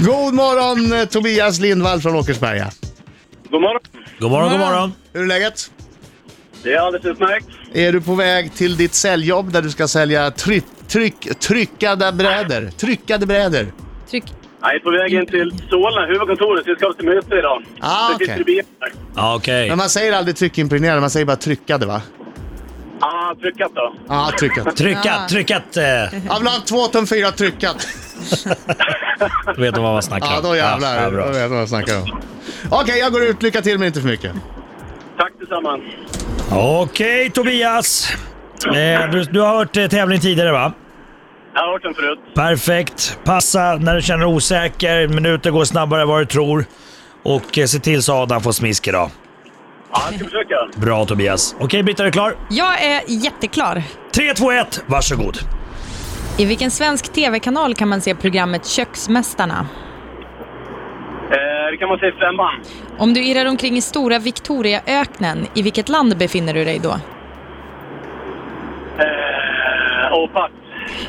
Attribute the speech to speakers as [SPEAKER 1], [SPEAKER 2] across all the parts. [SPEAKER 1] God morgon eh, Tobias Lindvall från Åkersberga.
[SPEAKER 2] God morgon.
[SPEAKER 3] God morgon, god
[SPEAKER 4] Wow.
[SPEAKER 3] morgon.
[SPEAKER 1] Hur är läget?
[SPEAKER 2] Det är alldeles utmärkt.
[SPEAKER 1] Är du på väg till ditt säljjobb där du ska sälja tryck, tryck, tryckade brädor? Tryckade brädor.
[SPEAKER 4] Tryck.
[SPEAKER 2] Jag är på vägen till Solna, huvudkontoret. Vi ska till möte idag.
[SPEAKER 1] Ah,
[SPEAKER 2] Så
[SPEAKER 1] okej.
[SPEAKER 2] distribuerar.
[SPEAKER 3] Ja, Okej.
[SPEAKER 1] Men man säger aldrig tryckimpregnerade, man säger bara tryckade va?
[SPEAKER 2] Ah, tryckat då.
[SPEAKER 1] Ja, tryckat.
[SPEAKER 3] Tryckat,
[SPEAKER 4] Ja.
[SPEAKER 3] tryckat. Eh,
[SPEAKER 1] Ja, bland två tum fyra tryckat.
[SPEAKER 3] då vet de vad man snackar
[SPEAKER 1] Ja,
[SPEAKER 3] om.
[SPEAKER 1] då jävlar.
[SPEAKER 3] Ja,
[SPEAKER 1] Ja,
[SPEAKER 3] ja,
[SPEAKER 1] då
[SPEAKER 3] bra.
[SPEAKER 1] vet jag vad jag snackar om. Okej, jag går ut. Lycka till men inte för mycket.
[SPEAKER 2] Tack tillsammans.
[SPEAKER 3] Okej, Tobias. Eh, du, du har hört eh, tävlingen tidigare va?
[SPEAKER 2] Jag har hört den förut.
[SPEAKER 3] Perfekt. Passa när du känner dig osäker. Minuter går snabbare än vad du tror. Och eh, se till så Adam får smisk idag.
[SPEAKER 2] Ja, jag ska försöka.
[SPEAKER 3] Bra Tobias. Okej Britta, är du klar?
[SPEAKER 4] Jag är jätteklar.
[SPEAKER 3] 3, 2, 1, varsågod.
[SPEAKER 4] I vilken svensk tv-kanal kan man se programmet Köksmästarna?
[SPEAKER 2] Eh, det kan man säga femman.
[SPEAKER 4] Om du irrar omkring i stora Victoriaöknen, i vilket land befinner du dig då?
[SPEAKER 2] Eh, och pass.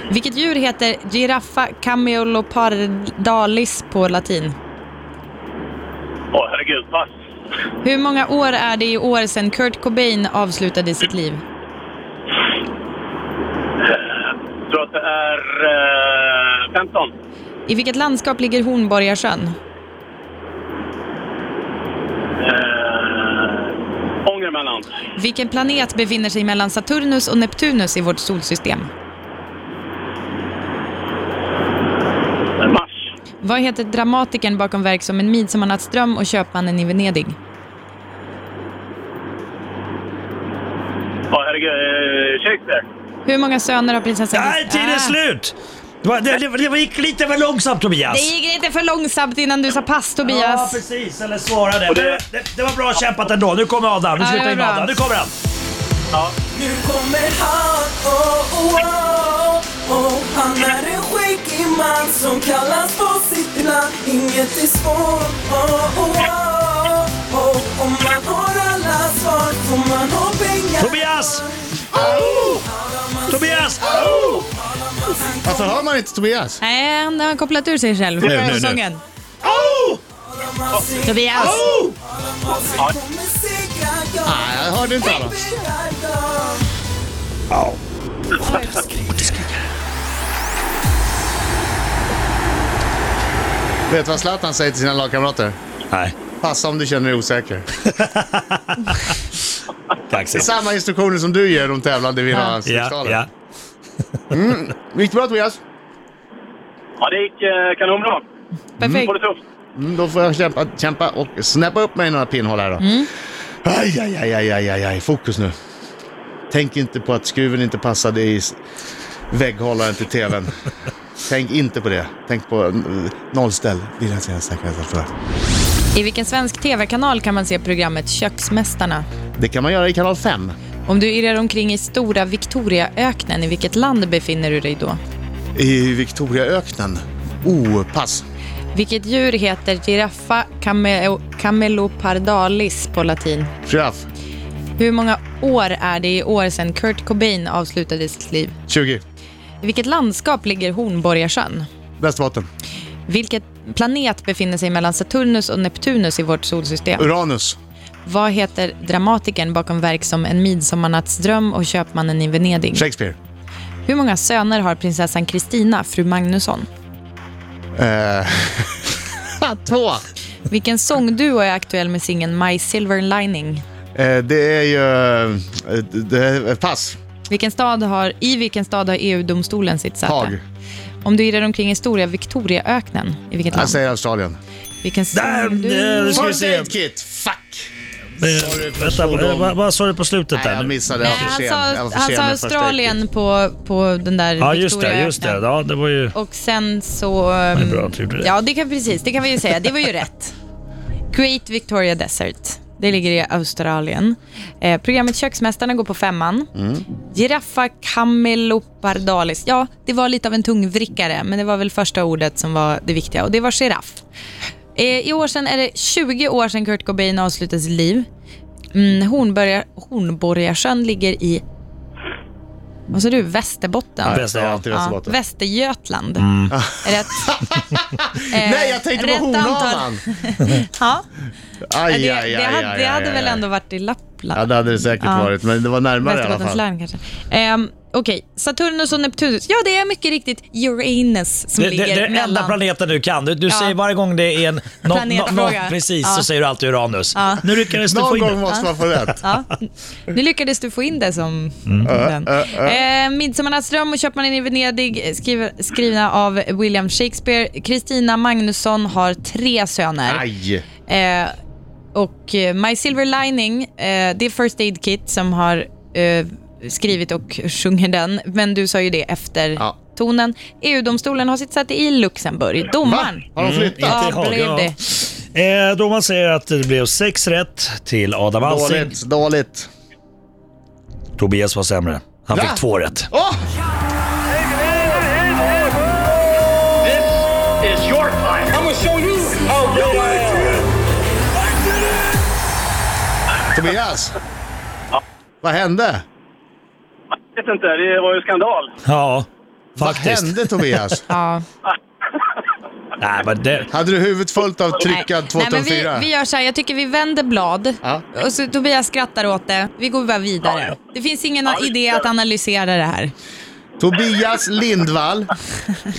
[SPEAKER 4] Vilket djur heter giraffa cameolopardalis på latin?
[SPEAKER 2] Åh, herregud. Pass.
[SPEAKER 4] Hur många år är det i år sedan Kurt Cobain avslutade sitt liv?
[SPEAKER 2] Jag tror att det är eh, 15.
[SPEAKER 4] I vilket landskap ligger Hornborgasjön?
[SPEAKER 2] Eh, Ångermanland.
[SPEAKER 4] Vilken planet befinner sig mellan Saturnus och Neptunus i vårt solsystem?
[SPEAKER 2] Eh, Mars.
[SPEAKER 4] Vad heter dramatikern bakom verk som En midsommarnattsdröm och Köpmannen i Venedig?
[SPEAKER 2] Åh, herregud. Eh, Shakespeare.
[SPEAKER 4] Hur många söner har prinsessan...
[SPEAKER 3] Där är tiden
[SPEAKER 4] Ah.
[SPEAKER 3] slut! Det, var, det, det, det gick lite för långsamt Tobias.
[SPEAKER 4] Det gick lite för långsamt innan du sa pass,
[SPEAKER 3] Ja,
[SPEAKER 4] Tobias.
[SPEAKER 3] precis. Eller svarade.
[SPEAKER 2] Och det-
[SPEAKER 3] Det, det, det var bra kämpat ändå. Nu kommer Adam. Nu
[SPEAKER 4] Ja,
[SPEAKER 3] slutar
[SPEAKER 4] det
[SPEAKER 3] vi med
[SPEAKER 4] var bra.
[SPEAKER 3] Adam. Nu kommer han.
[SPEAKER 5] Nu kommer han, oh, oh, oh, oh. Han är en skäggig man som kallas på sitt namn Inget är svårt, oh, oh, oh, oh. Om man har alla svar får man ha pengar
[SPEAKER 3] Tobias! Tobias!
[SPEAKER 1] Varför hör man inte Tobias?
[SPEAKER 4] Nej, han har kopplat ur sig själv.
[SPEAKER 3] nu, nu.
[SPEAKER 4] Sången.
[SPEAKER 3] Oh!
[SPEAKER 4] Tobias!
[SPEAKER 3] Oh!
[SPEAKER 5] Kommer segra jag,
[SPEAKER 1] Nej, jag hörde inte alla.
[SPEAKER 5] segrar jag
[SPEAKER 1] Vet du vad Zlatan säger till sina lagkamrater?
[SPEAKER 3] Nej,
[SPEAKER 1] Passa om du känner dig osäker.
[SPEAKER 3] tack
[SPEAKER 1] Det
[SPEAKER 3] så
[SPEAKER 1] är samma instruktioner som du ger de tävlande i
[SPEAKER 3] Ja,
[SPEAKER 1] vinnarslipsdalen.
[SPEAKER 3] ja.
[SPEAKER 1] Gick det bra Tobias?
[SPEAKER 2] Ja, det gick eh, kanonbra.
[SPEAKER 4] Perfekt.
[SPEAKER 2] Får det tufft.
[SPEAKER 1] Mm, då får jag kämpa, kämpa och snäppa upp mig i några pinnhål här då.
[SPEAKER 3] Mm.
[SPEAKER 1] Aj, aj, aj, aj, aj, aj, aj, fokus nu. Tänk inte på att skruven inte passade i s- vägghållaren till tvn. Tänk inte på det. Tänk på mm, nollställ. Viljan ser jag säkerhet för.
[SPEAKER 4] I vilken svensk tv-kanal kan man se programmet Köksmästarna?
[SPEAKER 1] Det kan man göra i kanal 5.
[SPEAKER 4] Om du irrar omkring i stora Victoriaöknen, i vilket land befinner du dig då?
[SPEAKER 1] I Victoriaöknen. Oh, pass.
[SPEAKER 4] Vilket djur heter giraffa cameo- camelopardalis på latin?
[SPEAKER 1] Giraff.
[SPEAKER 4] Hur många år är det i år sedan Kurt Cobain avslutade sitt liv?
[SPEAKER 1] 20.
[SPEAKER 4] I vilket landskap ligger Hornborgasjön?
[SPEAKER 1] Västerbotten.
[SPEAKER 4] Vilket planet befinner sig mellan Saturnus och Neptunus i vårt solsystem?
[SPEAKER 1] Uranus.
[SPEAKER 4] Vad heter dramatikern bakom verk som En midsommarnattsdröm och Köpmannen i Venedig?
[SPEAKER 1] Shakespeare.
[SPEAKER 4] Hur många söner har prinsessan Kristina, fru Magnusson?
[SPEAKER 1] Eh, Två.
[SPEAKER 4] Vilken sångduo är aktuell med singeln My Silver Lining?
[SPEAKER 1] Eh, det är ju... eh, det- pass.
[SPEAKER 4] Vilken stad har, I vilken stad har EU-domstolen sitt säte?
[SPEAKER 1] Haag.
[SPEAKER 4] Om du irrar omkring i stora Victoriaöknen, i vilket
[SPEAKER 1] Jag
[SPEAKER 4] land?
[SPEAKER 1] säger Australien.
[SPEAKER 4] Vilken
[SPEAKER 3] Där, eh,
[SPEAKER 4] sångduo?
[SPEAKER 3] ska vi se.
[SPEAKER 1] kit! Fuck!
[SPEAKER 3] Eh, Vänta,
[SPEAKER 1] svordom.
[SPEAKER 3] eh, vad- vad sa du på slutet
[SPEAKER 1] Nej,
[SPEAKER 3] där?
[SPEAKER 1] jag
[SPEAKER 3] nu?
[SPEAKER 1] missade.
[SPEAKER 4] Nej,
[SPEAKER 1] Jag var för
[SPEAKER 4] han
[SPEAKER 1] sen. Jag var
[SPEAKER 4] sa,
[SPEAKER 1] för
[SPEAKER 4] han
[SPEAKER 1] sen
[SPEAKER 4] sa
[SPEAKER 1] med första
[SPEAKER 4] Australien på, på den där
[SPEAKER 3] Ja, just det.
[SPEAKER 4] Victoriaöknen.
[SPEAKER 3] Just det. Ja, det var ju...
[SPEAKER 4] Och sen så... ehm,
[SPEAKER 3] Det är bra att du gjorde det.
[SPEAKER 4] Ja, det kan, precis. Det kan vi ju säga. Det var ju rätt. Great Victoria Desert. Det ligger i Australien. Eh, programmet Köksmästarna går på femman. Giraffa camelopardalis. Ja, det var lite av en tungvrickare, men det var väl första ordet som var det viktiga och det var giraff. Eh, I år sedan är det 20 år sedan Kurt Cobain avslutade sitt liv. Mm, Hornborga- Hornborgasjön ligger i Vad sa du? Västerbotten?
[SPEAKER 3] Ja,
[SPEAKER 1] Jag har alltid Västerbotten.
[SPEAKER 4] Ja, Västergötland. Rätt. Eh,
[SPEAKER 1] Mm. Nej, jag tänkte på
[SPEAKER 4] rätt antal.
[SPEAKER 1] Hornavan!
[SPEAKER 4] Ja,
[SPEAKER 1] Aj,
[SPEAKER 4] det,
[SPEAKER 1] aj, aj,
[SPEAKER 4] det, hade,
[SPEAKER 1] aj,
[SPEAKER 4] det
[SPEAKER 1] aj,
[SPEAKER 4] hade
[SPEAKER 1] aj,
[SPEAKER 4] väl
[SPEAKER 1] aj.
[SPEAKER 4] ändå varit i Lappland?
[SPEAKER 1] Ja, det hade det säkert
[SPEAKER 4] Ja.
[SPEAKER 1] varit, men det var närmare i alla
[SPEAKER 4] Västerbottens
[SPEAKER 1] fall.
[SPEAKER 4] län kanske. Ehm, Okej, Saturnus och Neptunus. Ja, det är mycket riktigt Uranus som
[SPEAKER 3] Det, det, det
[SPEAKER 4] ligger
[SPEAKER 3] är den enda
[SPEAKER 4] mellan.
[SPEAKER 3] planeten du kan. Du, du
[SPEAKER 4] Ja.
[SPEAKER 3] säger varje gång det är en... nå- nå-
[SPEAKER 4] Planetfråga.
[SPEAKER 3] nå- precis,
[SPEAKER 4] Ja.
[SPEAKER 3] så säger du alltid Uranus.
[SPEAKER 4] Ja.
[SPEAKER 3] Nu lyckades du få
[SPEAKER 1] Någon
[SPEAKER 3] in
[SPEAKER 1] gång
[SPEAKER 3] det.
[SPEAKER 1] måste man få rätt.
[SPEAKER 4] Ja, nu lyckades du få in det som den.
[SPEAKER 1] Mm. Ö, ö, ö.
[SPEAKER 4] Eh, Midsommarnattsdröm och Köpmannen i Venedig skriver, skrivna av William Shakespeare. Kristina Magnusson har tre söner.
[SPEAKER 1] Aj!
[SPEAKER 4] Eh, och eh, My Silver Lining, eh, det är First Aid Kit som har eh, skrivit och sjunger den. Men du sa ju det efter
[SPEAKER 1] Ja.
[SPEAKER 4] tonen. EU-domstolen har sitt säte i Luxemburg. Domaren.
[SPEAKER 1] Har de flyttat?
[SPEAKER 4] Ja,
[SPEAKER 3] Till Haga,
[SPEAKER 4] blev
[SPEAKER 3] ja.
[SPEAKER 4] det.
[SPEAKER 3] Eh, då man säger att det blev sex rätt till Adam Alsing.
[SPEAKER 1] Dåligt, dåligt.
[SPEAKER 3] Tobias var sämre. Han
[SPEAKER 1] Va?
[SPEAKER 3] fick två rätt.
[SPEAKER 1] Åh!
[SPEAKER 2] This is your time. I'm gonna show you how good I am.
[SPEAKER 1] Tobias! Vad hände?
[SPEAKER 2] Vet inte, det var ju skandal.
[SPEAKER 3] Ja,
[SPEAKER 1] Vad
[SPEAKER 3] faktiskt.
[SPEAKER 1] hände Tobias?
[SPEAKER 4] Ja.
[SPEAKER 3] Nej, men det,
[SPEAKER 1] Hade du huvudet fullt av tryckad
[SPEAKER 4] Nej, men vi,
[SPEAKER 1] 2004?
[SPEAKER 4] vi gör så här, jag tycker vi vänder blad.
[SPEAKER 1] Ja.
[SPEAKER 4] Och så Tobias skrattar åt det. Vi går bara vidare.
[SPEAKER 2] Ja,
[SPEAKER 4] Det finns ingen idé att analysera det här.
[SPEAKER 1] Tobias Lindvall.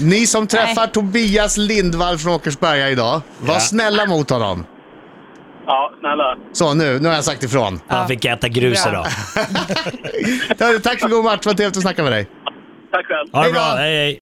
[SPEAKER 1] Ni som träffar Tobias Lindvall från Åkersberga idag, var
[SPEAKER 3] Ja.
[SPEAKER 1] snälla mot honom.
[SPEAKER 2] Ja, snälla.
[SPEAKER 1] Så nu, nu har jag sagt ifrån.
[SPEAKER 4] Ja.
[SPEAKER 3] han fick äta grus
[SPEAKER 4] Bra.
[SPEAKER 3] idag.
[SPEAKER 1] Hörru, Tack för god match, vad trevligt att snacka med dig.
[SPEAKER 2] Tack själv.
[SPEAKER 3] Ha det
[SPEAKER 1] Hej då.
[SPEAKER 3] bra, hej hej.